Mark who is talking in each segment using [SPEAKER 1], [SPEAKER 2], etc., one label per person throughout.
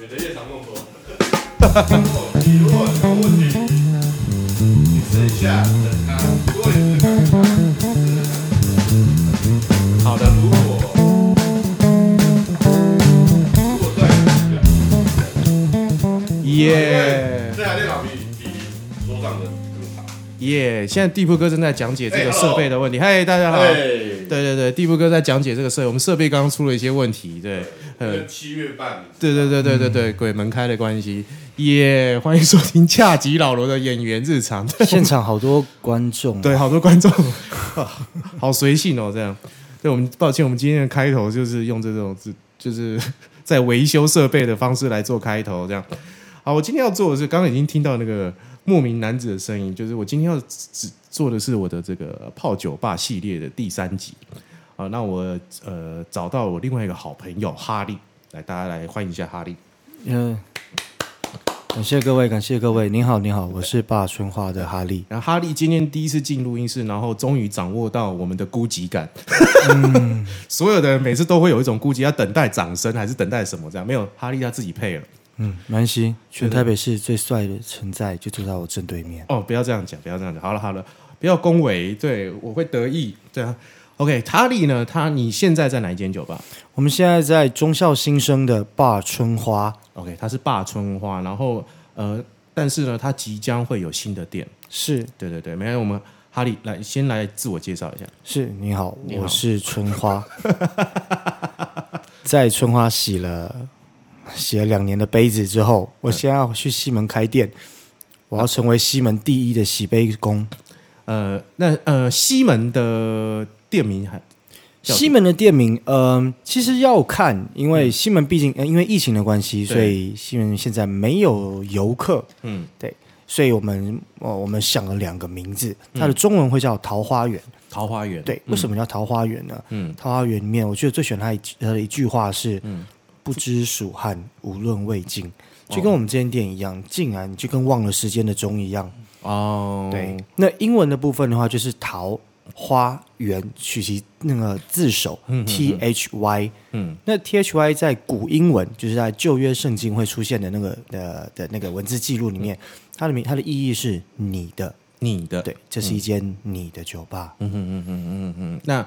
[SPEAKER 1] 你的夜场梦多。 你如果有个问题，你试一下等他，如果你是看看好的，如果如果对，
[SPEAKER 2] 耶
[SPEAKER 1] 这台电脑比比桌上的更好。
[SPEAKER 2] 耶！现在地铺哥正在讲解这个设备的问题。嗨，大家好。对
[SPEAKER 1] 对，
[SPEAKER 2] 对对，地铺哥在讲解这个设备，我们设备刚刚出了一些问题。对，呃，
[SPEAKER 1] 跟七月半，
[SPEAKER 2] 对对对对对对，鬼门开的关系。耶！欢迎收听恰吉老罗的演员日常。
[SPEAKER 3] 现场好多观众，
[SPEAKER 2] 对，好多观众， 啊好随性哦，这样。对我们抱歉，我们今天的开头就是用这种自就是 在维修设备的方式来做开头，这样。好，我今天要做的是，刚刚已经听到那个莫名男子的声音，就是我今天要只做的是我的这个泡酒吧系列的第三集啊。那我呃找到我另外一个好朋友哈利，来大家来欢迎一下哈利。
[SPEAKER 3] 嗯，感谢各位，感谢各位，您好，您好，我是爸春花的哈利，
[SPEAKER 2] 然后哈利今天第一次进录音室，然后终于掌握到我们的孤寂感。 所有的人每次都会有一种孤寂，要等待掌声还是等待什么？这样没有哈利他自己配了。
[SPEAKER 3] 嗯，南希，全台北市最帅的存在就坐在我正对面，
[SPEAKER 2] 哦，不要这样讲，不要这样讲。好了好了，不要恭维，对我会得意。对啊，OK，哈利呢？他你现在在哪一间酒吧
[SPEAKER 3] 我们现在在忠孝新生的爸春花，
[SPEAKER 2] ？OK，他是霸春花，然后呃，但是呢，他即将会有新的店。
[SPEAKER 3] 是
[SPEAKER 2] 对对对，没有我们。哈利，来先来自我介绍一下。
[SPEAKER 3] 是，你好，
[SPEAKER 2] 你好
[SPEAKER 3] 我是春花，在春花洗了洗了两年的杯子之后，我现在要去西门开店，我要成为西门第一的洗杯工。
[SPEAKER 2] 呃，那呃，西门的店名还叫
[SPEAKER 3] 西门的店名，嗯、其实要看，因为西门毕竟、呃因为疫情的关系，
[SPEAKER 2] 嗯对
[SPEAKER 3] 所以西门现在没有游客，
[SPEAKER 2] 嗯
[SPEAKER 3] 所以我们哦，我们想了两个名字，
[SPEAKER 2] 嗯
[SPEAKER 3] 它的中文会叫桃花源。
[SPEAKER 2] 桃花源。
[SPEAKER 3] 对，为什么叫桃花源呢？
[SPEAKER 2] 嗯，
[SPEAKER 3] 桃花源里面，我觉得最喜欢它一它的一句话是：“不知蜀汉，无论魏晋。”
[SPEAKER 2] 哦
[SPEAKER 3] 就跟我们这间店一样，竟然就跟忘了时间的钟一样。
[SPEAKER 2] 哦，
[SPEAKER 3] 对，那英文的部分的话，就是桃花源，取其那个字首 T H Y。
[SPEAKER 2] 嗯，
[SPEAKER 3] 那 T H Y 在古英文，就是在旧约圣经会出现的那个呃的那个文字记录里面，
[SPEAKER 2] 嗯
[SPEAKER 3] 它的名它的意义是你的。
[SPEAKER 2] 你的
[SPEAKER 3] 对，这是一间你的酒吧。
[SPEAKER 2] 嗯那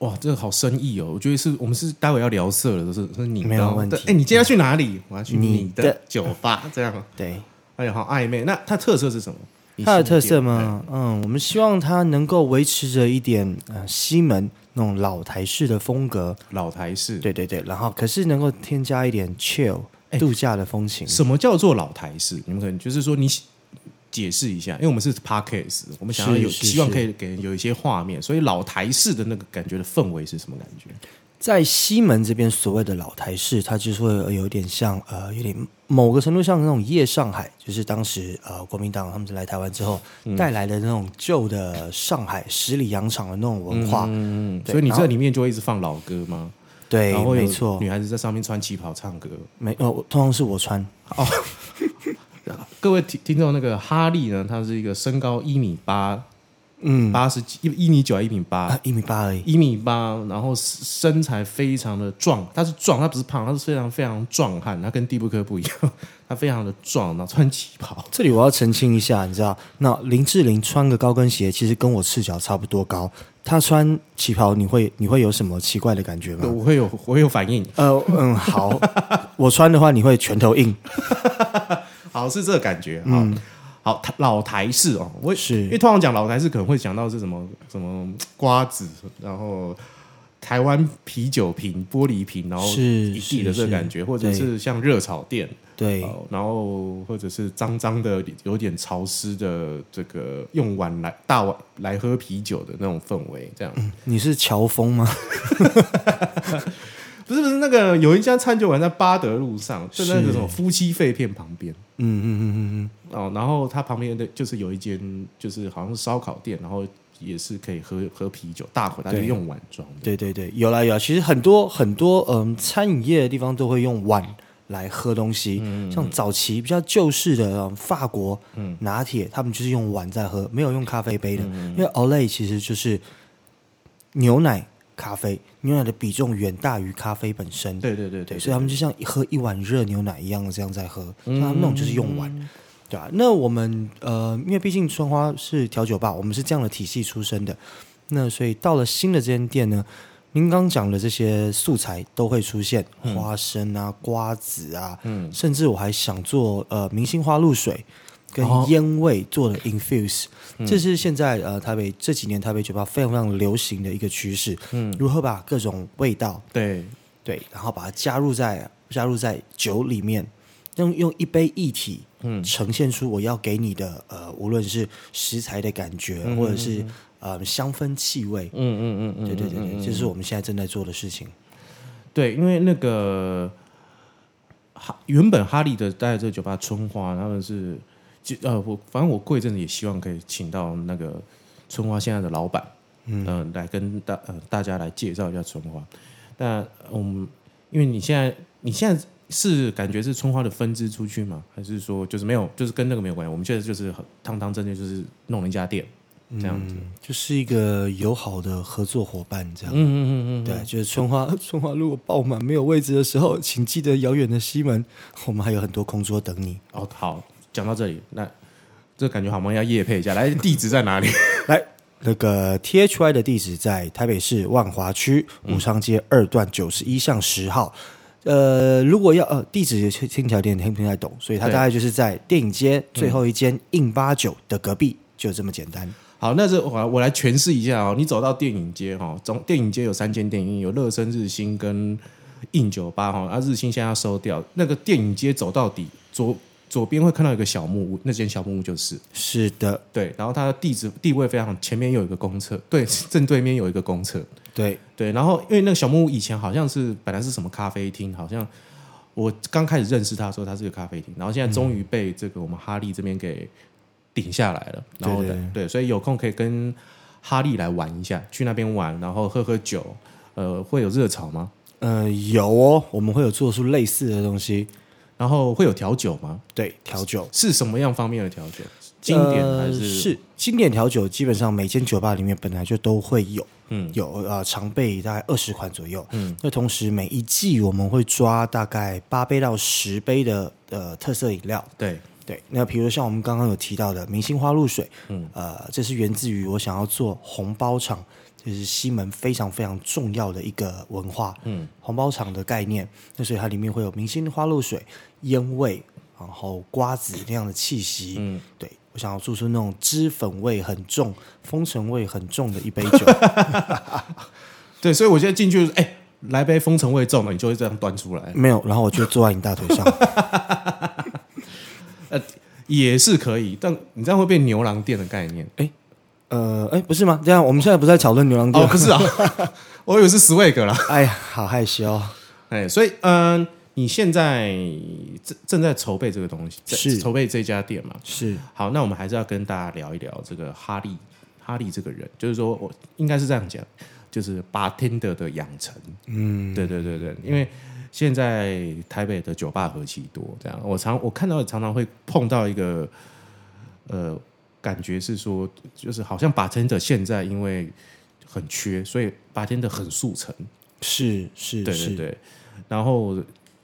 [SPEAKER 2] 哇，这个好深意哦！我觉得是我们是待会要聊色了，都是是你的哦
[SPEAKER 3] 没有问题嗯
[SPEAKER 2] 对哎，你今天要去哪里？我要去
[SPEAKER 3] 你
[SPEAKER 2] 你的
[SPEAKER 3] 的
[SPEAKER 2] 酒吧，这样。
[SPEAKER 3] 对，
[SPEAKER 2] 哎呀，好暧昧。那它特色是什么？
[SPEAKER 3] 它的特色嘛，嗯，我们希望它能够维持着一点呃西门那种老台式的风格，
[SPEAKER 2] 老台式。，
[SPEAKER 3] 对对对，然后可是能够添加一点 chill
[SPEAKER 2] 哎
[SPEAKER 3] 度假的风情。
[SPEAKER 2] 什么叫做老台式？你们可能就是说你解释一下，因为我们是 podcast，我们想要有
[SPEAKER 3] 是是
[SPEAKER 2] 希望可以给人有一些画面，所以老台式的那个感觉的氛围是什么感觉？
[SPEAKER 3] 在西门这边所谓的老台式，它就是会呃有点像呃，有点某个程度像那种夜上海，就是当时呃国民党他们来台湾之后带来的那种旧的上海十里洋场的那种文化。
[SPEAKER 2] 嗯，
[SPEAKER 3] 对
[SPEAKER 2] 所以你
[SPEAKER 3] 然后
[SPEAKER 2] 这里面就会一直放老歌吗？
[SPEAKER 3] 对
[SPEAKER 2] 然，后有
[SPEAKER 3] 没错，
[SPEAKER 2] 女孩子在上面穿旗袍唱歌。
[SPEAKER 3] 没哦，我通常是我穿，
[SPEAKER 2] 各位听听众，那个哈利呢，他是一个身高一米八，
[SPEAKER 3] 嗯，
[SPEAKER 2] 八十几一一米九，一米八
[SPEAKER 3] 啊，，一米八而已。
[SPEAKER 2] 一米八，然后身材非常的壮，他是壮，他不是胖，他是非常非常壮汉，他跟地步科不一样， 他非常的壮，然后穿旗袍，
[SPEAKER 3] 这里我要澄清一下，你知道，那林志玲穿个高跟鞋，其实跟我赤脚差不多高。她穿旗袍，你会你会有什么奇怪的感觉吗？
[SPEAKER 2] 我会有我会有反应，
[SPEAKER 3] 呃，嗯， 好，我穿的话你会拳头硬，
[SPEAKER 2] 好是这个感觉，好，好台老台式哦，我
[SPEAKER 3] 是
[SPEAKER 2] 因为通常讲老台式可能会想到是什么什么瓜子，然后。台湾啤酒瓶、玻璃瓶，然后
[SPEAKER 3] 是
[SPEAKER 2] 一地的
[SPEAKER 3] 是
[SPEAKER 2] 这个感觉，或者
[SPEAKER 3] 对
[SPEAKER 2] 是像热炒店，
[SPEAKER 3] 对，
[SPEAKER 2] 哦然后或者是脏脏的、有点潮湿的这个用碗来大碗来喝啤酒的那种氛围，这样、
[SPEAKER 3] 你是乔峰吗？
[SPEAKER 2] 不是不是那个有一家餐酒馆在巴德路上，就在那个
[SPEAKER 3] 是
[SPEAKER 2] 什么夫妻肺片旁边
[SPEAKER 3] 嗯嗯嗯嗯
[SPEAKER 2] 哦，然后它旁边的就是有一间就是好像是烧烤店，然后也是可以喝喝啤酒，大口它就
[SPEAKER 3] 对
[SPEAKER 2] 用碗装
[SPEAKER 3] 嗯，
[SPEAKER 2] 的，
[SPEAKER 3] 对对对，有啦有啦。其实很多很多嗯，餐饮业的地方都会用碗来喝东西，像早期比较旧式的、嗯嗯法国拿铁，他们就是用碗在喝，没有用咖啡杯的，因为 Olay 其实就是牛奶咖啡，牛奶的比重远大于咖啡本身。
[SPEAKER 2] 对对对
[SPEAKER 3] 对，
[SPEAKER 2] 对，
[SPEAKER 3] 所以他们就像喝一碗热牛奶一样这样在喝，像他们那种就是用完，对啊，那我们呃，因为毕竟春花是调酒吧，我们是这样的体系出身的，那所以到了新的这间店呢，您刚讲的这些素材都会出现，花生啊、瓜子啊，嗯，甚至我还想做呃明星花露水。跟烟味做的 infuse，、这是现在呃台北这几年台北酒吧非常非常流行的一个趋势。嗯，如何把各种味道
[SPEAKER 2] 对
[SPEAKER 3] 对，然后把它加入在加入在酒里面，用用一杯一体，嗯，呈现出我要给你的呃，无论是食材的感觉，或者是呃香氛气味，
[SPEAKER 2] 嗯嗯嗯嗯，
[SPEAKER 3] 对对对对，这是我们现在正在做的事情。
[SPEAKER 2] 对，因为那个哈原本哈利的在这个酒吧春花，他们是就呃，我反正我过一阵子也希望可以请到那个春花现在的老板，嗯、来跟大呃大家来介绍一下春花。那我们、因为你现在你现在是感觉是春花的分支出去吗？还是说就是没有，就是跟那个没有关系？我们现在就是很堂堂正正就是弄人家店这样子。
[SPEAKER 3] 嗯，就是一个友好的合作伙伴这样。
[SPEAKER 2] 嗯嗯嗯嗯，
[SPEAKER 3] 对，就是春花， 春花如果爆满没有位置的时候，请记得遥远的西门，我们还有很多空桌等你。
[SPEAKER 2] 哦，好，讲到这里，那这感觉好像要夜配一下，来地址在哪里？
[SPEAKER 3] 来，那个 T H Y 的地址在台北市万华区武昌街二段九十一巷十号。呃，如果要呃地址也听听起来有点听不太懂，所以它
[SPEAKER 2] 对
[SPEAKER 3] 大概就是在电影街最后一间印八九的隔壁，就这么简单。
[SPEAKER 2] 好，那这我来我来诠释一下哦。你走到电影街哈、哦，总电影街有三间电影院，有乐生、日新跟印酒吧哈、哦。啊，日新现在要收掉，那个电影街走到底，左左边会看到一个小木屋，那间小木屋就是
[SPEAKER 3] 是的，
[SPEAKER 2] 对。然后它的地址地位非常好，前面有一个公厕，对，正对面有一个公厕，
[SPEAKER 3] 对，
[SPEAKER 2] 对。然后因为那个小木屋以前好像是本来是什么咖啡厅，好像我刚开始认识它的时候，它是个咖啡厅，然后现在终于
[SPEAKER 3] 嗯
[SPEAKER 2] 被这个我们哈利这边给顶下来了。然后
[SPEAKER 3] 对对
[SPEAKER 2] 对，所以有空可以跟哈利来玩一下，去那边玩，然后喝喝酒。呃，会有热炒吗？
[SPEAKER 3] 呃，有哦，我们会有做出类似的东西，
[SPEAKER 2] 然后会有调酒吗？
[SPEAKER 3] 对，调酒。
[SPEAKER 2] 是什么样方面的调酒？经典还
[SPEAKER 3] 呃
[SPEAKER 2] 是、
[SPEAKER 3] 是经典调酒，基本上每间酒吧里面本来就都会有，
[SPEAKER 2] 嗯
[SPEAKER 3] 有呃常备大概二十款左右，嗯，那同时每一季我们会抓大概八杯到十杯的呃特色饮料，
[SPEAKER 2] 对
[SPEAKER 3] 对，那比如像我们刚刚有提到的明星花露水，嗯，呃，这是源自于我想要做红包厂，就是西门非常非常重要的一个文化，嗯，红包厂的概念，那所以它里面会有明星花露水、烟味，然后瓜子那样的气息，嗯，对我想要做出那种脂粉味很重、风尘味很重的一杯酒，
[SPEAKER 2] 对，所以我现在进去，哎、来杯风尘味重的，你就会这样端出来，
[SPEAKER 3] 没有，然后我就坐在你大腿上，
[SPEAKER 2] 也是可以。但你这样会变牛郎店的概念。
[SPEAKER 3] 哎呃，哎，不是吗？这样我们现在不是在讨论牛郎店
[SPEAKER 2] 哦，，不是啊， 我以为是 swag 啦。
[SPEAKER 3] 哎呀，好害羞。哦
[SPEAKER 2] 哎，所以嗯、你现在正正在筹备这个东西，在
[SPEAKER 3] 是
[SPEAKER 2] 筹备这家店嘛？
[SPEAKER 3] 是
[SPEAKER 2] 好，那我们还是要跟大家聊一聊这个哈利，哈利这个人，就是说我应该是这样讲，就是 bartender 的养成。嗯，对对对对，因为现在台北的酒吧何其多，这样我常我看到常常会碰到一个呃，感觉是说，就是好像 bartender 现在因为很缺，所以 bartender 很速成。
[SPEAKER 3] 是是
[SPEAKER 2] 对
[SPEAKER 3] 是
[SPEAKER 2] 对，对。然后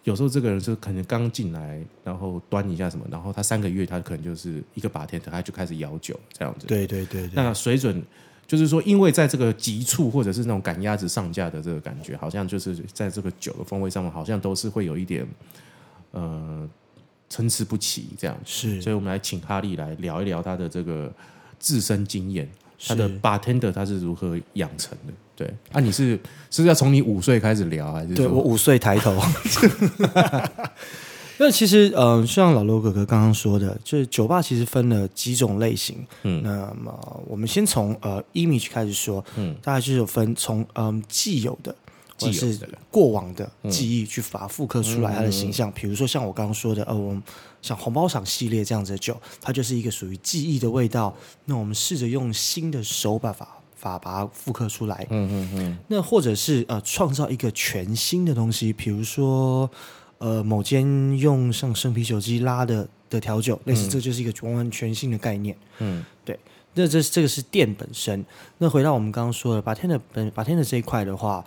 [SPEAKER 2] 有时候这个人是可能刚进来，然后端一下什么，然后他三个月他可能就是一个白天，他就开始摇酒这样子。
[SPEAKER 3] 对对对对，
[SPEAKER 2] 那水准就是说，因为在这个急促或者是那种赶鸭子上架的这个感觉，好像就是在这个酒的风味上面，好像都是会有一点呃参差不齐这样。
[SPEAKER 3] 是
[SPEAKER 2] 所以我们来请哈利来聊一聊他的这个自身经验，他
[SPEAKER 3] 是
[SPEAKER 2] 的 bartender 他是如何养成的。对，啊，你是是不是要从你五岁开始聊，还是
[SPEAKER 3] 对
[SPEAKER 2] 说
[SPEAKER 3] 我五岁抬头。 那其实，嗯、呃，像老罗哥哥刚刚说的，就是酒吧其实分了几种类型。嗯，那么我们先从呃 image 开始说，嗯，大概就是有分从嗯、既有的。
[SPEAKER 2] 既
[SPEAKER 3] 或
[SPEAKER 2] 有的
[SPEAKER 3] 是过往的记忆去把它复刻出来它的形
[SPEAKER 2] 嗯
[SPEAKER 3] 象，比如说像我刚刚说的，呃，我们像红包厂系列这样子的酒，它就是一个属于记忆的味道。那我们试着用新的手法法法把它复刻出来。
[SPEAKER 2] 嗯
[SPEAKER 3] 那或者是呃，创造一个全新的东西，比如说呃，某间用像生啤酒机拉的的调酒，类似这就是一个完完全新的概念。嗯，对。那这这个是店本身。那回到我们刚刚说的，把天的本把天的这一块的话，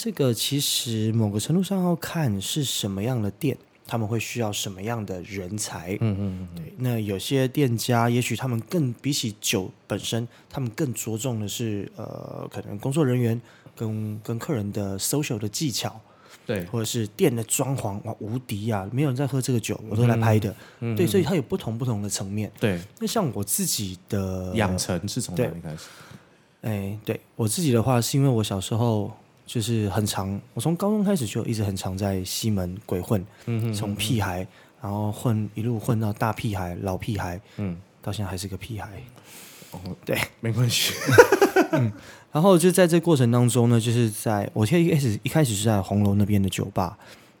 [SPEAKER 3] 这个其实某个程度上要看是什么样的店，他们会需要什么样的人才。嗯嗯对。那有些店家也许他们更比起酒本身，他们更着重的是呃，可能工作人员跟跟客人的 social 的技巧。
[SPEAKER 2] 对，
[SPEAKER 3] 或者是店的装潢哇无敌啊，没有人在喝这个酒，我都来拍的。对，所以它有不同不同的层面。
[SPEAKER 2] 对，
[SPEAKER 3] 那像我自己的
[SPEAKER 2] 养成是从哪里开始？
[SPEAKER 3] 哎，对我自己的话，是因为我小时候就是很常，我从高中开始就一直很常在西门鬼混，
[SPEAKER 2] 嗯
[SPEAKER 3] 从屁孩，然后混一路混到大屁孩、老屁孩，
[SPEAKER 2] 嗯，
[SPEAKER 3] 到现在还是个屁孩。
[SPEAKER 2] 哦
[SPEAKER 3] 对，
[SPEAKER 2] 没关 系。
[SPEAKER 3] 然后就在这过程当中呢，就是在我现在一开始一开始是在红楼那边的酒吧，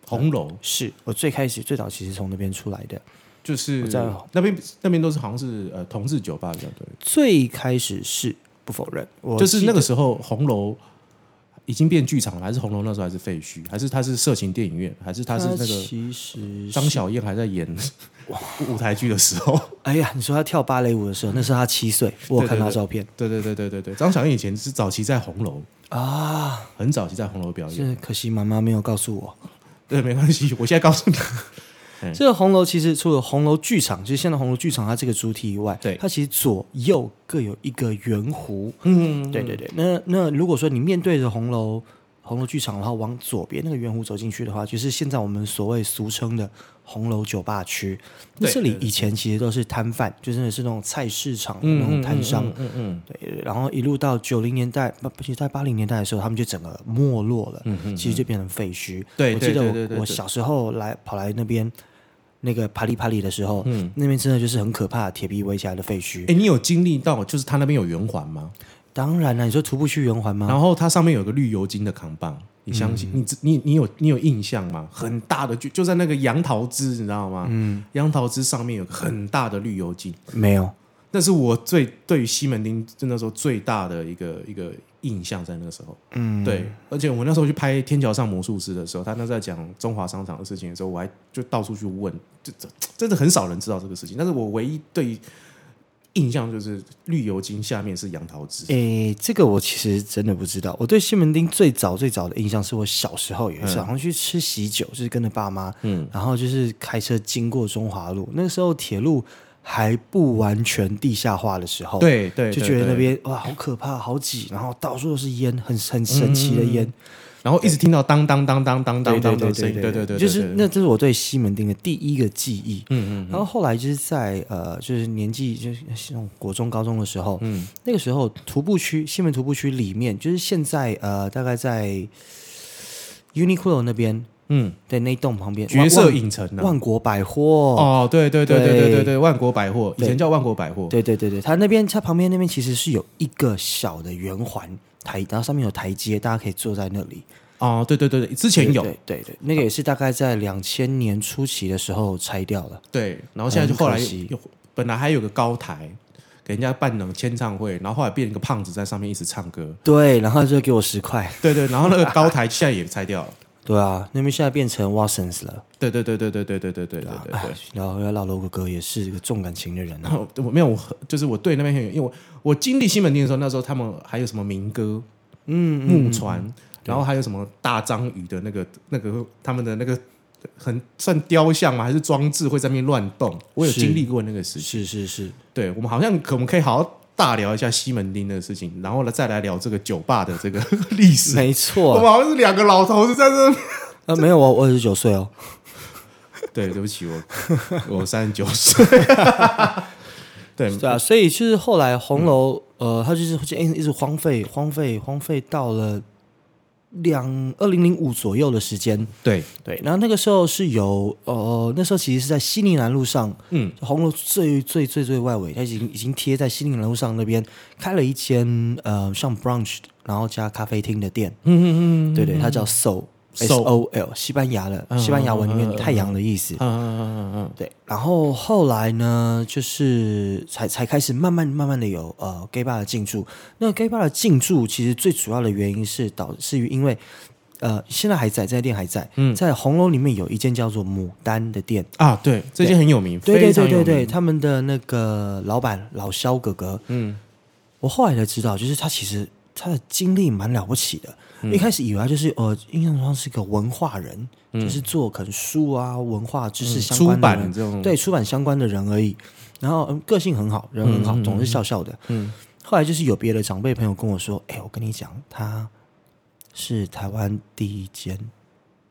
[SPEAKER 2] 红楼
[SPEAKER 3] 是我最开始最早其实从那边出来的，
[SPEAKER 2] 就是
[SPEAKER 3] 我在
[SPEAKER 2] 那边那边都是好像是呃同志酒吧比较多，
[SPEAKER 3] 最开始是不否认，我
[SPEAKER 2] 就是那
[SPEAKER 3] 个
[SPEAKER 2] 个时候红楼已经变剧场了，还是红楼那时候还是废墟，还是它是色情电影院，还是它是那个
[SPEAKER 3] 其实
[SPEAKER 2] 张小燕还在演舞台剧的时候？
[SPEAKER 3] 哎呀，你说他跳芭蕾舞的时候，那是他七岁，我有看他照片
[SPEAKER 2] 对对对对对对，张小燕以前是早期在红楼，
[SPEAKER 3] 啊，
[SPEAKER 2] 很早期在红楼表演。
[SPEAKER 3] 这可惜妈妈没有告诉我。
[SPEAKER 2] 对，没关系，我 现在告诉你，
[SPEAKER 3] 这个红楼其实除了红楼剧场，就是现在红楼剧场它这个主体以外，
[SPEAKER 2] 对
[SPEAKER 3] 它其实左右各有一个圆弧。
[SPEAKER 2] 嗯，
[SPEAKER 3] 对对对，那那如果说你面对着红楼红楼剧场，然后往左边那个圆弧走进去的话，就是现在我们所谓俗称的红楼酒吧区。那
[SPEAKER 2] 对
[SPEAKER 3] 这里
[SPEAKER 2] 对对
[SPEAKER 3] 以前其实都是摊贩，就真的是那种菜市场那种摊商。
[SPEAKER 2] 嗯嗯嗯，
[SPEAKER 3] 对，然后一路到九零年代，不，不是在八零年代的时候，他们就整个没落
[SPEAKER 2] 嗯
[SPEAKER 3] 了，其实就变成废墟。
[SPEAKER 2] 对
[SPEAKER 3] 我
[SPEAKER 2] 对
[SPEAKER 3] 记得
[SPEAKER 2] 对
[SPEAKER 3] 我
[SPEAKER 2] 对对
[SPEAKER 3] 我
[SPEAKER 2] 对
[SPEAKER 3] 小时候来跑来那边那个帕里帕里的时候，
[SPEAKER 2] 嗯
[SPEAKER 3] 那边真的就是很可怕的铁皮围起来的废墟。
[SPEAKER 2] 哎、你有经历到就是它那边有圆环吗？
[SPEAKER 3] 当然了，你说徒步去圆环吗？
[SPEAKER 2] 然后它上面有个绿油精的扛棒，你相信、你知你你有你有印象吗？很大的就就在那个杨桃枝，你知道吗？嗯，杨桃枝上面有个很大的绿油精，
[SPEAKER 3] 没有，
[SPEAKER 2] 那是我最对于西门町就那时候最大的一个一个印象，在那个时候，嗯，对，而且我那时候去拍《天桥上魔术师》的时候，他那时候在讲中华商场的事情的时候，我还就到处去问，就这真的很少人知道这个事情，但是我唯一对于印象就是绿油精下面是杨桃汁，
[SPEAKER 3] 诶，这个我其实真的不知道。我对西门町最早最早的印象是我小时候有一
[SPEAKER 2] 嗯
[SPEAKER 3] 次，好像去吃喜酒，就是跟着爸妈，嗯，然后就是开车经过中华路，那个时候铁路还不完全地下化的时候，
[SPEAKER 2] 对对，
[SPEAKER 3] 哦就
[SPEAKER 2] 对
[SPEAKER 3] 觉得
[SPEAKER 2] 对
[SPEAKER 3] 那，边哇好可怕，好挤，然后到处都是烟，很很神奇的烟，
[SPEAKER 2] 然后一直听到当当当当嗯当当
[SPEAKER 3] 对
[SPEAKER 2] 当
[SPEAKER 3] 对
[SPEAKER 2] 的
[SPEAKER 3] 对
[SPEAKER 2] 声
[SPEAKER 3] 对
[SPEAKER 2] 音，对对对，对
[SPEAKER 3] 就是
[SPEAKER 2] 对
[SPEAKER 3] 那这是我对西门町的第一个记忆。
[SPEAKER 2] 嗯
[SPEAKER 3] 然后后来就是在呃，就是年纪就是像国中、高中的时候，嗯，那个时候徒步区西门徒步区里面，就是现在呃，大概在 Uniqlo 那边，
[SPEAKER 2] 嗯
[SPEAKER 3] 对那一栋旁
[SPEAKER 2] 嗯，
[SPEAKER 3] 边，
[SPEAKER 2] 角色
[SPEAKER 3] 万
[SPEAKER 2] 影城
[SPEAKER 3] 万
[SPEAKER 2] 啊。
[SPEAKER 3] 万国百货，
[SPEAKER 2] 哦，对对对对对
[SPEAKER 3] 对
[SPEAKER 2] 对对，万国百货以前
[SPEAKER 3] 对
[SPEAKER 2] 叫万国百货，
[SPEAKER 3] 对对对对，它那边它旁边那边其实是有一个小的圆环台，然后上面有台阶，大家可以坐在那里。
[SPEAKER 2] 哦，对对对对，之前有，
[SPEAKER 3] 对对对，那个也是大概在两千年初期的时候拆掉了。
[SPEAKER 2] 对，然后现在就后来
[SPEAKER 3] 很可惜
[SPEAKER 2] 又本来还有个高台给人家办那种签唱会，然后后来变一个胖子在上面一直唱歌，
[SPEAKER 3] 对， 然后就给我十块。
[SPEAKER 2] 对对，然后那个高台现在也拆掉了，
[SPEAKER 3] 对啊，那边现在变成 Watsons 了。
[SPEAKER 2] 对对对对对对对对对对对
[SPEAKER 3] 哎
[SPEAKER 2] 对。，
[SPEAKER 3] 然后老楼哥哥也是个重感情的人
[SPEAKER 2] 然
[SPEAKER 3] 啊。
[SPEAKER 2] 后我没有，我很就是我对那边很有，因为我我经历西门町的时候，那时候他们还有什么民歌，嗯，木船，然后还有什么大章鱼的那个那个他们的那个很算雕像吗？还是装置会在那边乱动？我有
[SPEAKER 3] 是
[SPEAKER 2] 经历过那个时期。
[SPEAKER 3] 是是是，
[SPEAKER 2] 对，我们好像可我们可以好好大聊一下西门町的事情，然后呢再来聊这个酒吧的这个历史。
[SPEAKER 3] 没
[SPEAKER 2] 我
[SPEAKER 3] 错
[SPEAKER 2] 们。好像是两个老头子在这。
[SPEAKER 3] 呃，没有我我二十九岁哦。
[SPEAKER 2] 对，对不起，我我三十九岁。对，
[SPEAKER 3] 对啊，所以就是后来红楼，呃，它就是就一直一直荒废荒废荒废到了两二零零五左右的时间。
[SPEAKER 2] 对，
[SPEAKER 3] 对，然后那个时候是由呃，那时候其实是在西宁南路上，
[SPEAKER 2] 嗯，
[SPEAKER 3] 红楼最最最最外围，它已经已经贴在西宁南路上那边开了一间呃像 brunch，然后加咖啡厅的店，
[SPEAKER 2] 嗯嗯嗯
[SPEAKER 3] 对对，它叫 Sol S
[SPEAKER 2] Sol
[SPEAKER 3] O L 西班牙的
[SPEAKER 2] 嗯
[SPEAKER 3] 西班牙文里
[SPEAKER 2] 嗯嗯
[SPEAKER 3] 面
[SPEAKER 2] 嗯
[SPEAKER 3] 太阳的意思，
[SPEAKER 2] 嗯嗯嗯嗯
[SPEAKER 3] 对，然后后来呢，就是才才开始慢慢慢慢的有呃 gay bar 的进驻。那 gay bar 的进驻，其实最主要的原因是导是于因为呃，现在还在，这家店还在。
[SPEAKER 2] 嗯
[SPEAKER 3] 在红楼里面有一间叫做牡丹的店，
[SPEAKER 2] 啊，对，这些很有名，
[SPEAKER 3] 对对
[SPEAKER 2] 非常
[SPEAKER 3] 对
[SPEAKER 2] 有
[SPEAKER 3] 对
[SPEAKER 2] 名
[SPEAKER 3] 对，，他们的那个老板老肖哥哥，
[SPEAKER 2] 嗯，
[SPEAKER 3] 我后来才知道，就是他其实他的经历蛮了不起的。
[SPEAKER 2] 嗯
[SPEAKER 3] 一开始以为他就是呃，印象中是个文化人，就是做可能书啊、文化知识
[SPEAKER 2] 嗯
[SPEAKER 3] 相
[SPEAKER 2] 出
[SPEAKER 3] 关的人
[SPEAKER 2] 版这种
[SPEAKER 3] 对出版相关的人而已。然后、嗯个性很好，人很好，
[SPEAKER 2] 嗯
[SPEAKER 3] 总是笑笑的。嗯，后来就是有别的长辈朋友跟我说：“哎、我跟你讲，他是台湾第一间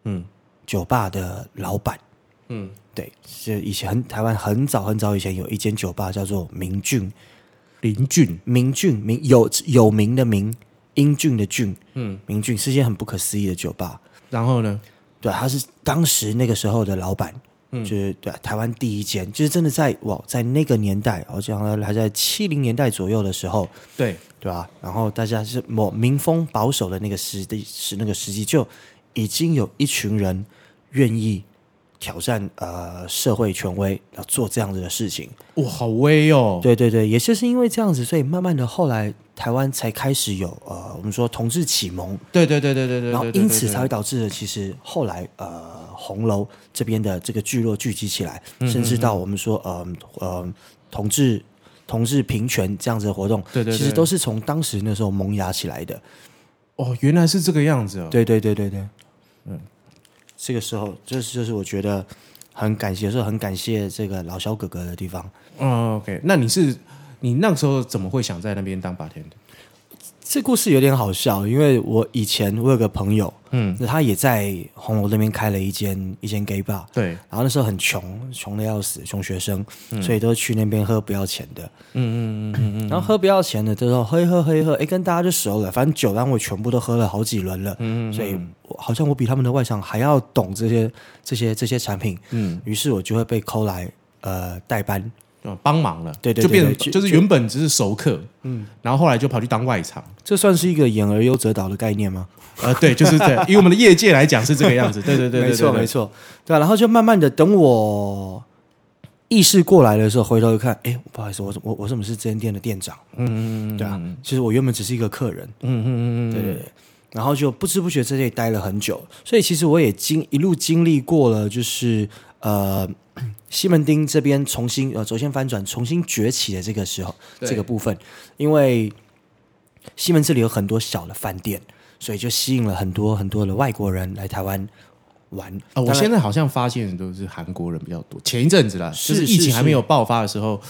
[SPEAKER 2] 嗯
[SPEAKER 3] 酒吧的老板。”
[SPEAKER 2] 嗯，
[SPEAKER 3] 对，是以前台湾很早很早以前有一间酒吧叫做明俊，
[SPEAKER 2] 林俊，
[SPEAKER 3] 明俊明有有名的名，英俊的俊，
[SPEAKER 2] 嗯，
[SPEAKER 3] 明俊是一间很不可思议的酒吧。
[SPEAKER 2] 然后呢，
[SPEAKER 3] 对，啊他是当时那个时候的老板，就是对啊台湾第一间，就是真的在哇，在那个年代，哦我讲还在七零年代左右的时候，
[SPEAKER 2] 对，
[SPEAKER 3] 对吧、然后大家是某民风保守的那个时的时那个时期，就已经有一群人愿意挑战呃社会权威，要做这样子的事情。
[SPEAKER 2] 哇，好威哦，
[SPEAKER 3] 对对对，也就是因为这样子，所以慢慢的后来台湾才开始有呃我们说同志启蒙，
[SPEAKER 2] 对对对对对对，
[SPEAKER 3] 然后
[SPEAKER 2] 对对
[SPEAKER 3] 因
[SPEAKER 2] 对
[SPEAKER 3] 此
[SPEAKER 2] 对
[SPEAKER 3] 才会导致了其实后来呃红楼这边的这个聚落聚集起来，
[SPEAKER 2] 嗯
[SPEAKER 3] 甚至到我们说呃呃同志同志平权这样子的活动，
[SPEAKER 2] 对对对
[SPEAKER 3] 其实都是从当时那时候萌芽起来的。
[SPEAKER 2] 哦，原来是这个样子哦，
[SPEAKER 3] 对对对对对，嗯，这个时候这是就是我觉得很感谢，是很感谢这个老肖哥哥的地方。
[SPEAKER 2] 哦，OK，那你是你那个时候怎么会想在那边当白天的？
[SPEAKER 3] 这故事有点好笑，因为我以前我有个朋友，
[SPEAKER 2] 嗯
[SPEAKER 3] 嗯，那他也在红楼那边开了一间一间 gay bar，
[SPEAKER 2] 对
[SPEAKER 3] 然后那时候很穷，穷的要死，穷学生，所以都去那边喝不要钱的，
[SPEAKER 2] 嗯嗯嗯嗯嗯
[SPEAKER 3] 然后喝不要钱的，之后喝一喝喝一喝，哎，跟大家就熟了，反正酒单我全部都喝了好几轮了，
[SPEAKER 2] 嗯
[SPEAKER 3] 所以我好像我比他们的外场还要懂这些这些这些产品，
[SPEAKER 2] 嗯
[SPEAKER 3] 于是我就会被抠来呃代班，
[SPEAKER 2] 嗯，哦帮忙了，
[SPEAKER 3] 对对对
[SPEAKER 2] 就变成
[SPEAKER 3] 对就
[SPEAKER 2] 就是原本只是熟客，嗯，然后后来就跑去当外场，
[SPEAKER 3] 这算是一个演而优则导的概念吗？
[SPEAKER 2] 呃，对，就是这样，以我们的业界来讲是这个样子，对对对，对
[SPEAKER 3] 没错
[SPEAKER 2] 对
[SPEAKER 3] 没错，对啊，然后就慢慢的，等我意识过来的时候，回头一看，哎，不好意思，我怎我我怎么是这间店的店长？
[SPEAKER 2] 嗯嗯嗯，
[SPEAKER 3] 对啊，其实我原本只是一个客人，
[SPEAKER 2] 嗯嗯嗯嗯，
[SPEAKER 3] 对对对。然后就不知不觉在这里待了很久，所以其实我也经一路经历过了，就是呃 西门町这边重新呃轴线翻转、重新崛起的这个时候
[SPEAKER 2] 对
[SPEAKER 3] 这个部分，因为西门这里有很多小的饭店，所以就吸引了很多很多的外国人来台湾玩。
[SPEAKER 2] 啊，我
[SPEAKER 3] 当然
[SPEAKER 2] 现在好像发现都是韩国人比较多。前一阵子啦，
[SPEAKER 3] 是
[SPEAKER 2] 就是疫
[SPEAKER 3] 是
[SPEAKER 2] 情
[SPEAKER 3] 是
[SPEAKER 2] 还没有爆发的时候，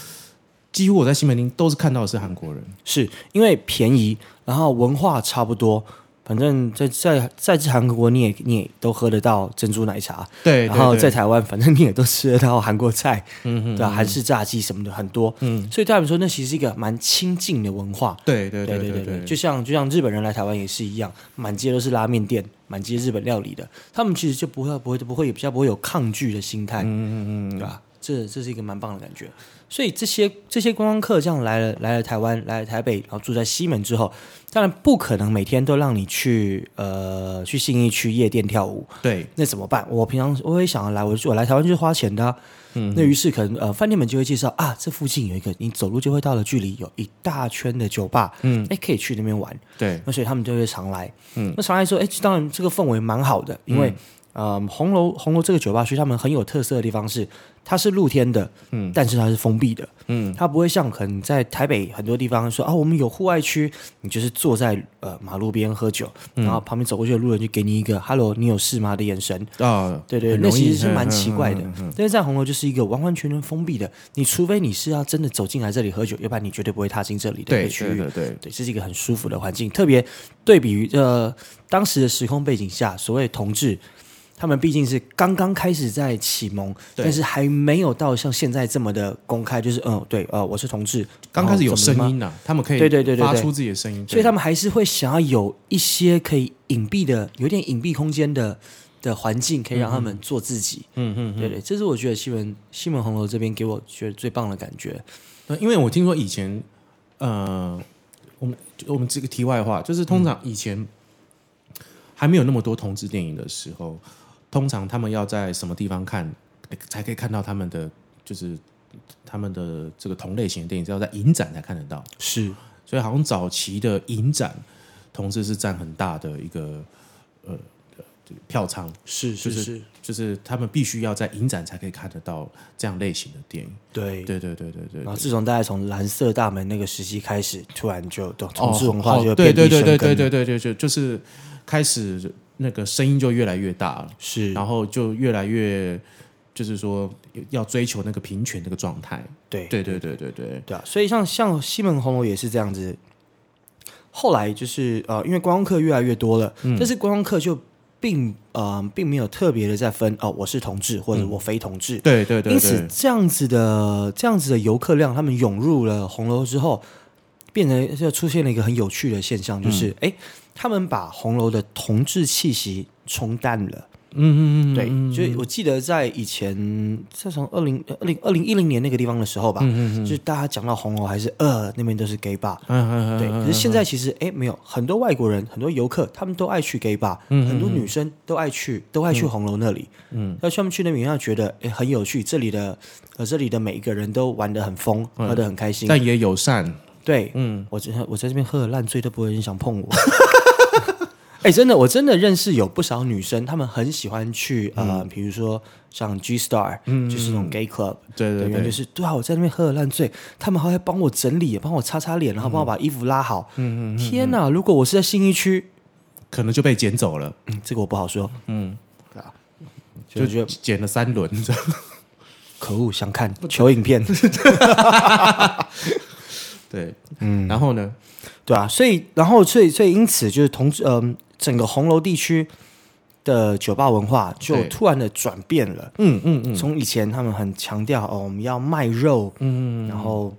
[SPEAKER 2] 几乎我在西门町都是看到的是韩国人。
[SPEAKER 3] 是因为便宜，然后文化差不多，反正在在在韩国你也你也都喝得到珍珠奶茶，
[SPEAKER 2] 对，
[SPEAKER 3] 然后
[SPEAKER 2] 对
[SPEAKER 3] 在
[SPEAKER 2] 对
[SPEAKER 3] 台湾反正你也都吃得到韩国菜，嗯对吧、韩式炸鸡什么的很多，嗯，所以对他们说那其实是一个蛮亲近的文化。
[SPEAKER 2] 对对
[SPEAKER 3] 对
[SPEAKER 2] 对
[SPEAKER 3] 对
[SPEAKER 2] 对对，
[SPEAKER 3] 就像就像日本人来台湾也是一样，满街都是拉面店，满街日本料理的，他们其实就不会不会不会有比较不会有抗拒的心态，嗯嗯嗯，对吧？这这是一个蛮棒的感觉。所以这些这些观光客这样来了来了台湾来了台北，然后住在西门之后，当然不可能每天都让你去呃去信义区夜店跳舞，
[SPEAKER 2] 对
[SPEAKER 3] 那怎么办？我平常我也想要来，我就我来台湾就是花钱的啊、那于是可能呃，饭店们就会介绍啊，这附近有一个你走路就会到的距离，有一大圈的酒吧，嗯，哎，可以去那边玩。
[SPEAKER 2] 对
[SPEAKER 3] 那所以他们就会常来，嗯，那常来说，哎，当然这个氛围蛮好的，因为、呃，红楼红楼这个酒吧区，他们很有特色的地方是，它是露天的，嗯，但是它是封闭的，嗯，它不会像可能在台北很多地方说啊，我们有户外区，你就是坐在呃马路边喝酒，然后旁边走过去的路人就给你一个 “hello，你有事吗”的眼神，
[SPEAKER 2] 啊，
[SPEAKER 3] 对对，
[SPEAKER 2] 很
[SPEAKER 3] 那
[SPEAKER 2] 容易
[SPEAKER 3] 其实是蛮奇怪的。
[SPEAKER 2] 嗯嗯嗯
[SPEAKER 3] 但是在红楼就是一个完完全全封闭的，你除非你是要真的走进来这里喝酒，要不然你绝对不会踏进这里的一
[SPEAKER 2] 对
[SPEAKER 3] 个区
[SPEAKER 2] 对
[SPEAKER 3] 域。
[SPEAKER 2] 对对，
[SPEAKER 3] 对，这是一个很舒服的环境，特别对比于呃当时的时空背景下，所谓同志，他们毕竟是刚刚开始在启蒙，
[SPEAKER 2] 对
[SPEAKER 3] 但是还没有到像现在这么的公开，就是嗯、对呃我是同志，
[SPEAKER 2] 刚开始有声
[SPEAKER 3] 然后怎么了吗
[SPEAKER 2] 音呐，他们可以
[SPEAKER 3] 对对对对对
[SPEAKER 2] 发出自己的声音，
[SPEAKER 3] 所以他
[SPEAKER 2] 们
[SPEAKER 3] 们还是会想要有一些可以隐蔽的、有点隐蔽空间的的环境，可以让他们做自己。
[SPEAKER 2] 嗯嗯
[SPEAKER 3] 对对，这是我觉得西门西门红楼这边给我觉得最棒的感觉。
[SPEAKER 2] 那因为我听说以前，呃，我们我们这个题外话，就是通常以前还没有那么多同志电影的时候，通常他们要在什么地方看，呃才可以看到他们的就是他们的这个同类型的电影，只要在影展才看得到。
[SPEAKER 3] 是，
[SPEAKER 2] 所以好像早期的影展，同志是占很大的一个呃票仓，
[SPEAKER 3] 是
[SPEAKER 2] 就是
[SPEAKER 3] 是，
[SPEAKER 2] 就是他们必须要在影展才可以看得到这样类型的电影。
[SPEAKER 3] 对。
[SPEAKER 2] 对对对对对对
[SPEAKER 3] 然后自从大概从蓝色大门那个时期开始，突然就懂同
[SPEAKER 2] 哦
[SPEAKER 3] 志文化
[SPEAKER 2] 哦
[SPEAKER 3] 就
[SPEAKER 2] 对
[SPEAKER 3] 遍
[SPEAKER 2] 对
[SPEAKER 3] 地
[SPEAKER 2] 对
[SPEAKER 3] 生
[SPEAKER 2] 对
[SPEAKER 3] 根
[SPEAKER 2] 对
[SPEAKER 3] 了，
[SPEAKER 2] 对对对，就就是开始那个声音就越来越大了，
[SPEAKER 3] 是，
[SPEAKER 2] 然后就越来越就是说要追求那个平权那个状态。
[SPEAKER 3] 对
[SPEAKER 2] 对对对对对，
[SPEAKER 3] 对啊，所以像像西门红楼也是这样子。后来就是呃，因为观光客越来越多了，但是观光客就并呃并没有特别的在分哦，我是同志或者我非同志。
[SPEAKER 2] 对对对，
[SPEAKER 3] 因
[SPEAKER 2] 对
[SPEAKER 3] 此这样子的这样子的游客量，他们涌入了红楼之后，变成就出现了一个很有趣的现象，就是
[SPEAKER 2] 嗯
[SPEAKER 3] 哎、诶他们把红楼的同志气息冲淡了。
[SPEAKER 2] 嗯嗯嗯，
[SPEAKER 3] 对，
[SPEAKER 2] 嗯
[SPEAKER 3] 就是我记得在以前，在从二零二零二零一零年那个地方的时候
[SPEAKER 2] 嗯
[SPEAKER 3] 吧，就是大家讲到红楼还是呃那边都是 gay bar，
[SPEAKER 2] 嗯嗯
[SPEAKER 3] 对。
[SPEAKER 2] 嗯
[SPEAKER 3] 可是现在其实哎没有，很多外国人、很多游客他们都爱去 gay bar，很
[SPEAKER 2] 嗯
[SPEAKER 3] 多女生都爱去，都爱去红楼那里。嗯，要他们去那边，让觉得哎很有趣，这里的呃这里的每一个人都玩得很疯，喝得很开心
[SPEAKER 2] 嗯，。但也友善。
[SPEAKER 3] 对，嗯，我在我在这边喝了烂醉都不会人想碰我。 哎、真的，我真的认识有不少女生，她们很喜欢去呃，
[SPEAKER 2] 嗯
[SPEAKER 3] 比如说像 G Star，、就是那种 gay club，
[SPEAKER 2] 对对
[SPEAKER 3] 的人
[SPEAKER 2] 对
[SPEAKER 3] 就是对啊，我在那边喝了烂醉，他们还会帮我整理，帮我擦擦脸，然后帮我把衣服拉好。嗯嗯，天哪！如果我是在信义区，
[SPEAKER 2] 可能就被捡走了，
[SPEAKER 3] 嗯，这个我不好说。嗯，啊，
[SPEAKER 2] 就
[SPEAKER 3] 就觉得
[SPEAKER 2] 捡了三轮，这 样
[SPEAKER 3] 可恶，想看求影片。
[SPEAKER 2] 对，嗯，然后呢，
[SPEAKER 3] 对啊，所以然后所以所以因此就是同志嗯、整个红楼地区的酒吧文化就
[SPEAKER 2] 对
[SPEAKER 3] 突然的转变了。
[SPEAKER 2] 嗯嗯嗯，
[SPEAKER 3] 从以前他们很强调哦，我们要卖肉，嗯，然后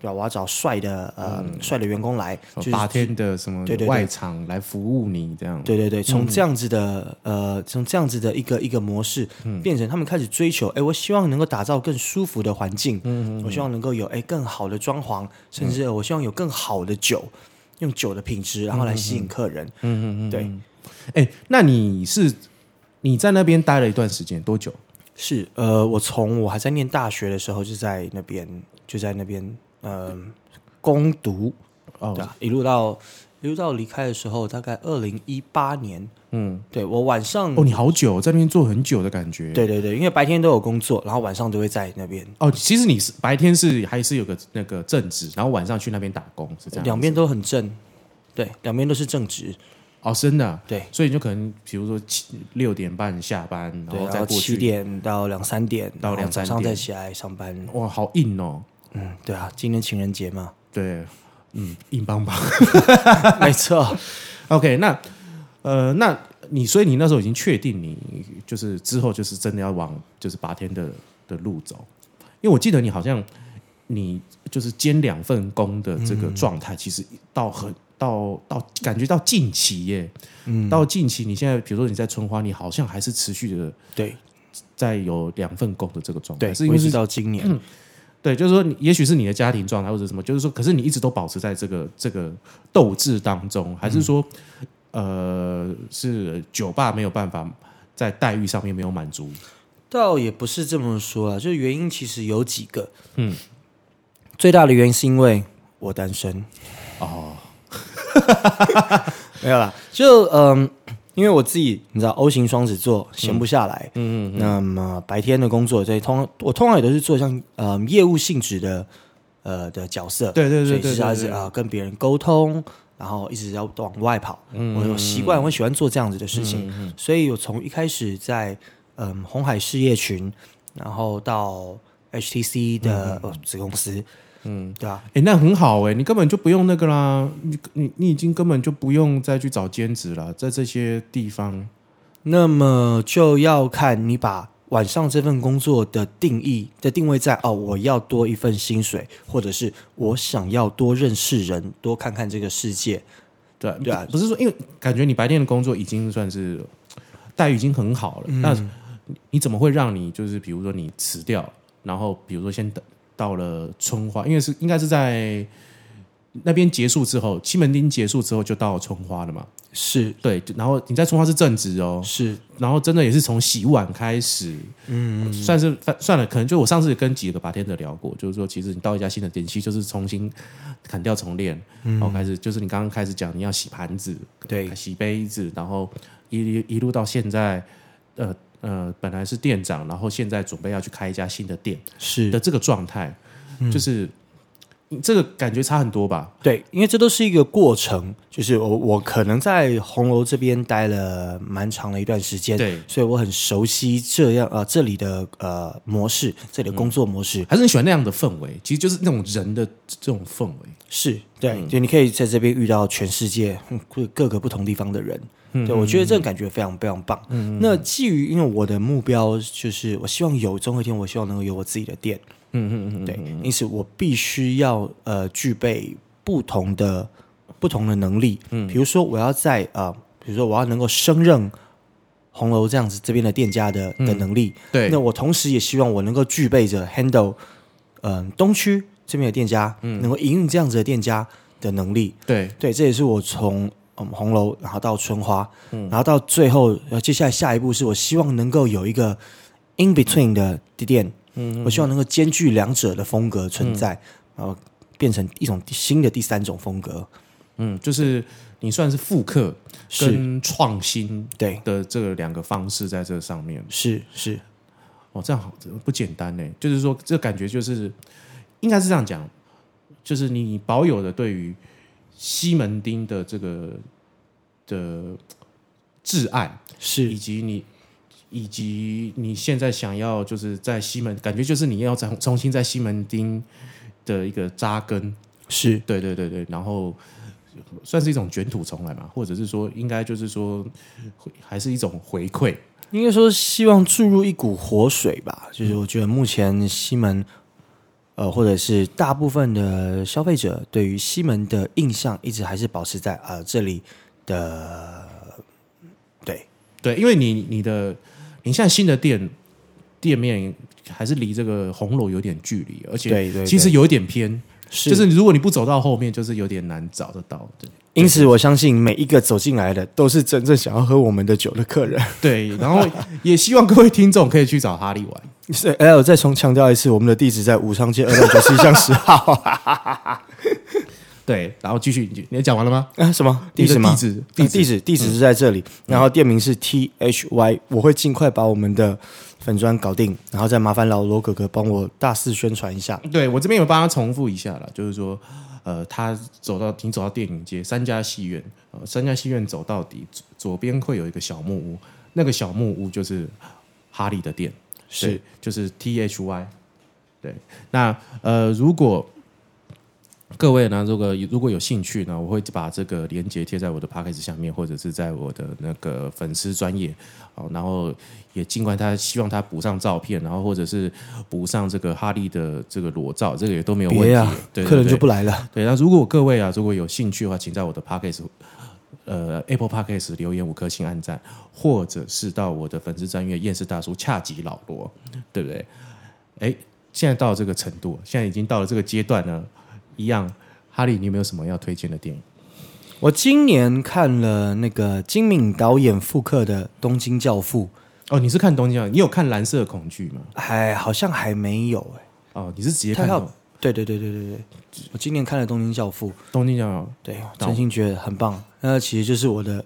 [SPEAKER 3] 对吧、我要找帅的呃、帅的员工来，就是
[SPEAKER 2] 嗯八天的什么
[SPEAKER 3] 对对对
[SPEAKER 2] 外场来服务你这样，
[SPEAKER 3] 对对对，从这样子的、呃，从这样子的一个一个模式，变成他们开始追求，哎，我希望能够打造更舒服的环境，我希望能够有哎更好的装潢，甚至呃我希望有更好的酒，用酒的品质，然后来吸引客人。嗯嗯嗯，对，
[SPEAKER 2] 哎，那你是你在那边待了一段时间，多久？
[SPEAKER 3] 是呃，我从我还在念大学的时候就在那边就在那边呃攻读，
[SPEAKER 2] 哦
[SPEAKER 3] 对、啊，一路到一路到离开的时候，大概二零一八年，嗯，对我晚上
[SPEAKER 2] 哦，你好久在那边做很久的感觉，
[SPEAKER 3] 对对对，因为白天都有工作，然后晚上都会在那边，
[SPEAKER 2] 哦，其实你是白天是还是有个那个正职，然后晚上去那边打工是这样，
[SPEAKER 3] 两边都很正，对，两边都是正直，
[SPEAKER 2] 哦，真的啊，
[SPEAKER 3] 对
[SPEAKER 2] 所以你就可能比如说七六点半下班，然
[SPEAKER 3] 对，
[SPEAKER 2] 后
[SPEAKER 3] 然
[SPEAKER 2] 再
[SPEAKER 3] 后
[SPEAKER 2] 过
[SPEAKER 3] 七
[SPEAKER 2] 去，
[SPEAKER 3] 点到两三点，
[SPEAKER 2] 到
[SPEAKER 3] 然后
[SPEAKER 2] 两
[SPEAKER 3] 早
[SPEAKER 2] 三
[SPEAKER 3] 上再
[SPEAKER 2] 点
[SPEAKER 3] 起来上班，
[SPEAKER 2] 哇，好硬哦，
[SPEAKER 3] 嗯，对啊，今天情人 节嘛，
[SPEAKER 2] 对，嗯，硬邦邦。
[SPEAKER 3] 没错，
[SPEAKER 2] OK，那呃，那你所以你那时候已经确定你就是之后就是真的要往就是八天的的路走，因为我记得你好像你就是兼两份工的这个状态，其实到很到到感觉到近期耶，嗯，到近期你现在比如说你在春花，你好像还是持续的
[SPEAKER 3] 对
[SPEAKER 2] 在有两份工的这个状态，
[SPEAKER 3] 对，
[SPEAKER 2] 是
[SPEAKER 3] 我
[SPEAKER 2] 因
[SPEAKER 3] 一
[SPEAKER 2] 为
[SPEAKER 3] 直
[SPEAKER 2] 是
[SPEAKER 3] 到今年，
[SPEAKER 2] 对，就是说你，也许是你的家庭状态或者什么，就是说，可是你一直都保持在这个这个斗志当中，还是说，呃，是酒吧没有办法在待遇上面没有满足？
[SPEAKER 3] 倒也不是这么说啊，就是原因其实有几个，嗯，最大的原因是因为我单身，
[SPEAKER 2] 哦，
[SPEAKER 3] 没有啦，就嗯，因为我自己你知道 O 型双子座闲不下来，嗯嗯，那么白天的工作，所以通我通常也都是做像呃业务性质的呃的角色，
[SPEAKER 2] 对对对
[SPEAKER 3] 所以
[SPEAKER 2] 对
[SPEAKER 3] 是要
[SPEAKER 2] 对
[SPEAKER 3] 一直
[SPEAKER 2] 对
[SPEAKER 3] 啊跟别人沟通。然后一直要往外跑，
[SPEAKER 2] 嗯
[SPEAKER 3] 我有习惯，我喜欢做这样子的事情，所以我从一开始在嗯红海事业群，然后到 HTC 的、
[SPEAKER 2] 嗯
[SPEAKER 3] 呃子公司，嗯，对吧、
[SPEAKER 2] 哎、那很好哎、你根本就不用那个啦，你你你已经根本就不用再去找兼职了，在这些地方，
[SPEAKER 3] 那么就要看你把晚上这份工作的定义的定位在哦，我要多一份薪水，或者是我想要多认识人，多看看这个世界。
[SPEAKER 2] 对
[SPEAKER 3] 对啊
[SPEAKER 2] 不不是说，因为感觉你白天的工作已经算是待遇已经很好了，
[SPEAKER 3] 嗯
[SPEAKER 2] 那你怎么会让你就是比如说你辞掉，然后比如说先到到了春花，因为是应该是在那边结束之后，西门町结束之后就到春花了嘛。
[SPEAKER 3] 是
[SPEAKER 2] 对，然后你在春花是正职哦，
[SPEAKER 3] 是，
[SPEAKER 2] 然后真的也是从洗碗开始，嗯，算是算了，可能就我上次跟几个白天的聊过，就是说，其实你到一家新的店，其实就是重新砍掉重练，然后开始就是你刚刚开始讲你要洗盘子，
[SPEAKER 3] 嗯对
[SPEAKER 2] 洗杯子，然后一一路到现在，呃呃，本来是店长，然后现在准备要去开一家新的店
[SPEAKER 3] 是嗯
[SPEAKER 2] 的这个状态，就是你这个感觉差很多吧？
[SPEAKER 3] 对，因为这都是一个过程，就是我我可能在红楼这边待了蛮长的一段时间，
[SPEAKER 2] 对
[SPEAKER 3] 所以我很熟悉这样呃这里的呃模式，这里的工作模式、
[SPEAKER 2] 还是你喜欢那样的氛围？其实就是那种人的这种氛围。
[SPEAKER 3] 是对，
[SPEAKER 2] 嗯
[SPEAKER 3] 就你可以在这边遇到全世界嗯各各个不同地方的人，
[SPEAKER 2] 嗯
[SPEAKER 3] 对我觉得这个感觉非常非常棒。那基于因为我的目标就是我希望有总有一天我希望能够有我自己的店，
[SPEAKER 2] 嗯嗯嗯，
[SPEAKER 3] 对，因此我必须要呃具备不同的不同的能力，嗯，比如说我要在呃，比如说我要能够胜任红楼这样子这边的店家的
[SPEAKER 2] 嗯
[SPEAKER 3] 的能力，
[SPEAKER 2] 对
[SPEAKER 3] 那我同时也希望我能够具备着 handle 嗯、呃、东区这边的店家，嗯，能够营运这样子的店家的能力，
[SPEAKER 2] 对，
[SPEAKER 3] 对，这也是我从嗯红楼，然后到春花，然后到最后，呃，接下来下一步是我希望能够有一个 in between 的店，嗯，我希望能够兼具两者的风格存在，然后变成一种新的第三种风格，
[SPEAKER 2] 嗯，就是你算是复刻
[SPEAKER 3] 是
[SPEAKER 2] 跟创新
[SPEAKER 3] 对，
[SPEAKER 2] 的这两个方式在这上面。
[SPEAKER 3] 是是
[SPEAKER 2] 哦，这样好不简单呢。就是说，这感觉就是应该是这样讲，就是你保有的对于西门町的这个的挚爱，以
[SPEAKER 3] 是
[SPEAKER 2] 及你。以及你现在想要就是在西门，感觉就是你要重重新在西门町的一个扎根，
[SPEAKER 3] 是
[SPEAKER 2] 对对对对，然后算是一种卷土重来嘛，或者是说，应该就是说，会还是一种回馈。
[SPEAKER 3] 应该说希望注入一股活水吧，就是我觉得目前西门。呃，或者是大部分的消费者对于西门的印象，一直还是保持在啊、呃这里的对
[SPEAKER 2] 对，因为你你的你现在新的店店面还是离这个红楼有点距离，而且
[SPEAKER 3] 对对，
[SPEAKER 2] 其实
[SPEAKER 3] 对
[SPEAKER 2] 有一点偏，
[SPEAKER 3] 是
[SPEAKER 2] 就是如果你不走到后面，就是有点难找得到的。
[SPEAKER 3] 因此我相信每一个走进来的都是真正想要喝我们的酒的客 人。
[SPEAKER 2] 对，然后也希望各位听众可以去找哈利玩。
[SPEAKER 3] 是，哎，我再重强调一次，我们的地址在武昌街二段九七巷十号
[SPEAKER 2] 对，然后继续，你你讲完了 吗？
[SPEAKER 3] 啊？ 什么
[SPEAKER 2] 你
[SPEAKER 3] 地
[SPEAKER 2] 的
[SPEAKER 3] 址吗？啊
[SPEAKER 2] 地址
[SPEAKER 3] 地
[SPEAKER 2] 地
[SPEAKER 3] 址地嗯址地址是在这里，然后店名是 T H Y，我会尽快把我们的粉砖搞定，然后再麻烦老罗哥哥帮我大肆宣传一下。
[SPEAKER 2] 对我这边有帮他重复一下了，就是说，呃，他走到你走到电影街三家戏院，呃，三家戏院走到底，左左边会有一个小木屋，那个小木屋就是哈利的店，对，就是 T H Y。对，那呃，如果各位呢，如果如果有兴趣呢，我会把这个链接贴在我的 p a c k a g e 下面，或者是在我的那个粉丝专业哦。然后也尽管他希望他补上照片，然后或者是补上这个哈利的这个裸照，这个也都没有问题。
[SPEAKER 3] 别呀、
[SPEAKER 2] 对对
[SPEAKER 3] 客人就
[SPEAKER 2] 对
[SPEAKER 3] 不来了。
[SPEAKER 2] 对，那如果各位啊，如果有兴趣的话，请在我的 p o d c a s t 呃 Apple p o d c a s t 留言五颗星按赞，或者是到我的粉丝专业厌世大叔恰吉老罗，对不对？哎，现在到了这个程度，现在已经到了这个阶段呢，一样，哈利，你有没有什么要推荐的电影？
[SPEAKER 3] 我今年看了那个金敏导演复刻的《东京教父
[SPEAKER 2] 哦，你是看《东京啊？你有看《蓝色恐惧》吗？》，
[SPEAKER 3] 还哎好像还没有哎、
[SPEAKER 2] 哦，你是直接
[SPEAKER 3] 他
[SPEAKER 2] 看
[SPEAKER 3] 要
[SPEAKER 2] 《
[SPEAKER 3] 对对对对对对，我今年看了《东京教父》，
[SPEAKER 2] 东京啊？
[SPEAKER 3] 对，
[SPEAKER 2] 懂
[SPEAKER 3] 真心觉得很棒。那其实就是我的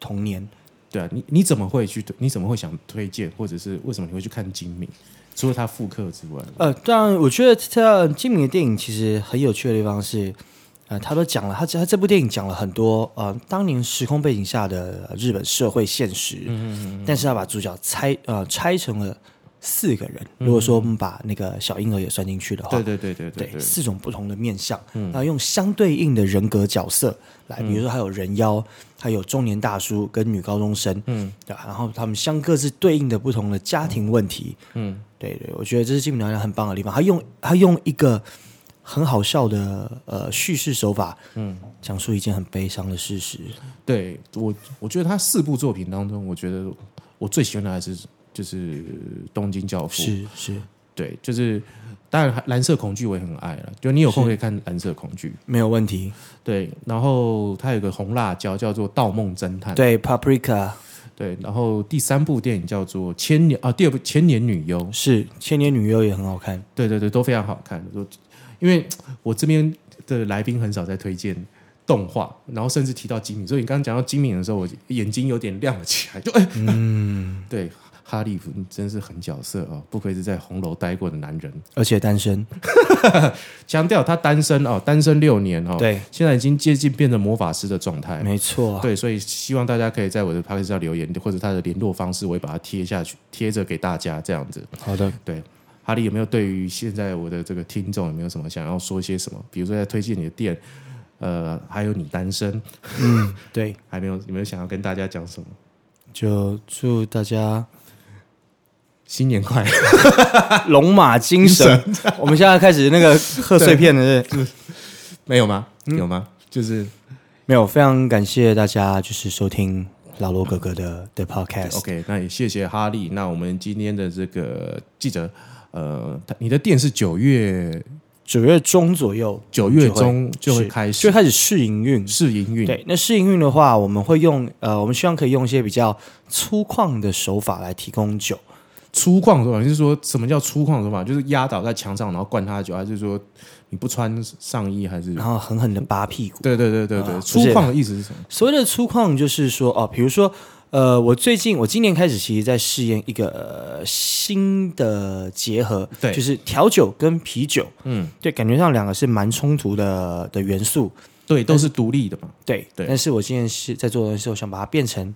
[SPEAKER 3] 童年。
[SPEAKER 2] 对啊，你你怎么会去？你怎么会想推荐，或者是为什么你会去看《精明》？除了他复刻之外，
[SPEAKER 3] 呃，当然，我觉得这金敏的电影其实很有趣的地方是，呃，他都讲了，他他这部电影讲了很多呃当年时空背景下的呃日本社会现实，但是他把主角拆呃拆成了四个人。如果说我们把那个小婴儿也算进去的话，
[SPEAKER 2] 对对对对对
[SPEAKER 3] 对嗯
[SPEAKER 2] 对，
[SPEAKER 3] 四种不同的面相，然后用相对应的人格角色来，比如说还有人妖，还有中年大叔跟女高中生，嗯，对吧，然后他们相各自对应的不同的家庭问题，嗯，对对，我觉得这是金敏导演很棒的地方，他用他用一个很好笑的呃叙事手法，嗯，讲述一件很悲伤的事实，
[SPEAKER 2] 对我，我觉得他四部作品当中，我觉得我最喜欢的还是就是《东京教父》。
[SPEAKER 3] 是是，
[SPEAKER 2] 对，就是当然蓝色恐惧我也很爱了，就你有空可以看蓝色恐惧。
[SPEAKER 3] 没有问题。
[SPEAKER 2] 对，然后它有个红辣椒叫做《盗梦侦探》，
[SPEAKER 3] 对，Paprika
[SPEAKER 2] 对然后第三部电影叫做《千年》啊，第二部《千年女优》，
[SPEAKER 3] 是《千年女优》也很好看，
[SPEAKER 2] 对对对，都非常好看。就因为我这边的来宾很少在推荐动画，然后甚至提到精敏，所以你刚刚讲到精敏的时候，我眼睛有点亮了起来，就哎，嗯， 对，哈利夫你真是狠角色哦，不愧是在红楼待过的男人。
[SPEAKER 3] 而且单身。
[SPEAKER 2] 强调他单身哦，单身六年哦，，
[SPEAKER 3] 对，
[SPEAKER 2] 现在已经接近变成魔法师的状态了。
[SPEAKER 3] 没错。
[SPEAKER 2] 对，所以希望大家可以在我的 p a c k a g e 上留言，或者他的联络方式，我会把它贴下去，贴着给大家这样子。
[SPEAKER 3] 好的，
[SPEAKER 2] 对，哈利有没有对于现在我的这个听众有没有什么想要说些什么？比如说在推荐你的店，呃，还有你单身，
[SPEAKER 3] 对，
[SPEAKER 2] 还没有有没有想要跟大家讲什么？
[SPEAKER 3] 就祝大家
[SPEAKER 2] 新年快乐！
[SPEAKER 3] 龙马精神。我们现在开始那个贺岁片的，
[SPEAKER 2] 没有吗？有吗？嗯就是
[SPEAKER 3] 没有，非常感谢大家就是收听老罗哥哥的的 Podcast。
[SPEAKER 2] OK，那也谢谢哈利。那我们今天的这个记者，呃，他你的店是九月
[SPEAKER 3] 九月中左右，
[SPEAKER 2] 九月中就会开
[SPEAKER 3] 就
[SPEAKER 2] 始
[SPEAKER 3] 会开始试营运。
[SPEAKER 2] 试营运，
[SPEAKER 3] 对，那试营运的话，我们会用呃，我们希望可以用一些比较粗犷的手法来提供酒。
[SPEAKER 2] 粗犷的手法，就是说什么叫粗犷的手法？就是压倒在墙上，然后灌他的酒，还是说你不穿上衣，还是
[SPEAKER 3] 然？后狠狠的扒屁股。
[SPEAKER 2] 对对对对对，
[SPEAKER 3] 啊
[SPEAKER 2] 粗
[SPEAKER 3] 不是
[SPEAKER 2] 犷的意思是什么？
[SPEAKER 3] 所谓的粗犷，就是说哦，比如说，呃，我最近我今年开始其实在试验一个、呃新的结合，
[SPEAKER 2] 对
[SPEAKER 3] 就是调酒跟啤酒，
[SPEAKER 2] 嗯，
[SPEAKER 3] 对，感觉上两个是蛮冲突的的元素，
[SPEAKER 2] 对，都是独立的嘛。
[SPEAKER 3] 对，
[SPEAKER 2] 对
[SPEAKER 3] 但是我今年是在做的时候，想把它变成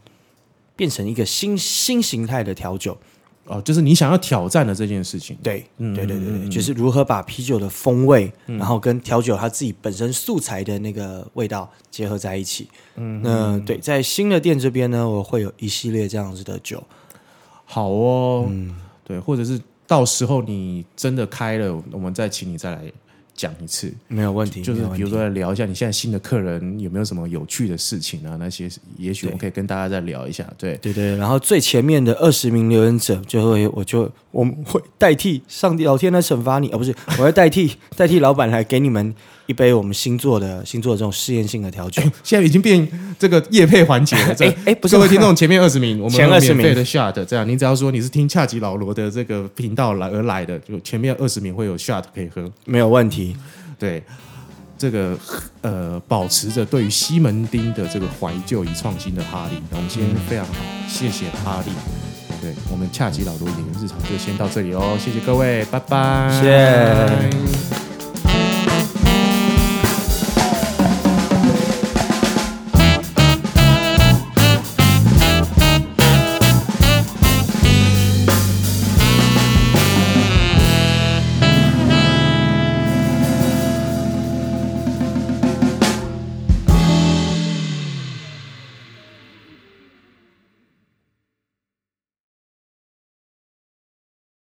[SPEAKER 3] 变成一个新新形态的调酒，
[SPEAKER 2] 哦，就是你想要挑战的这件事情。
[SPEAKER 3] 对，对对对对，就是如何把啤酒的风味，然后跟调酒它自己本身素材的那个味道结合在一起。嗯，那对，在新的店这边呢，我会有一系列这样子的酒。
[SPEAKER 2] 好哦，
[SPEAKER 3] 嗯
[SPEAKER 2] 对，或者是到时候你真的开了，我们再请你再来讲一次。
[SPEAKER 3] 没有问题，
[SPEAKER 2] 就是
[SPEAKER 3] 没有问
[SPEAKER 2] 比
[SPEAKER 3] 题
[SPEAKER 2] 如说来聊一下你现在新的客人有没有什么有趣的事情啊？那些也许我们可以跟大家再聊一下。对，
[SPEAKER 3] 对对，然后最前面的二十名留言者就会，我就我们会代替上帝老天来惩罚你，而、不 是，我会代替代替老板来给你们一杯我们星座的星座的这种试验性的调酒。
[SPEAKER 2] 现在已经变这个业配环节了。这
[SPEAKER 3] 哎哎不是
[SPEAKER 2] 各位听众前面二十名，我们
[SPEAKER 3] 前
[SPEAKER 2] 有
[SPEAKER 3] 20
[SPEAKER 2] 免费
[SPEAKER 3] 名
[SPEAKER 2] 的 shot，这样你只要说你是听恰吉老罗的这个频道来而来的，就前面二十名会有 shot 可以喝。
[SPEAKER 3] 没有问题，
[SPEAKER 2] 对，这个呃，保持着对于西门町的这个怀旧与创新的哈利，那我们今天非常好，谢谢哈利。对哦我们恰吉老罗演员日常就先到这里喽，谢谢各位，拜拜，
[SPEAKER 3] 谢谢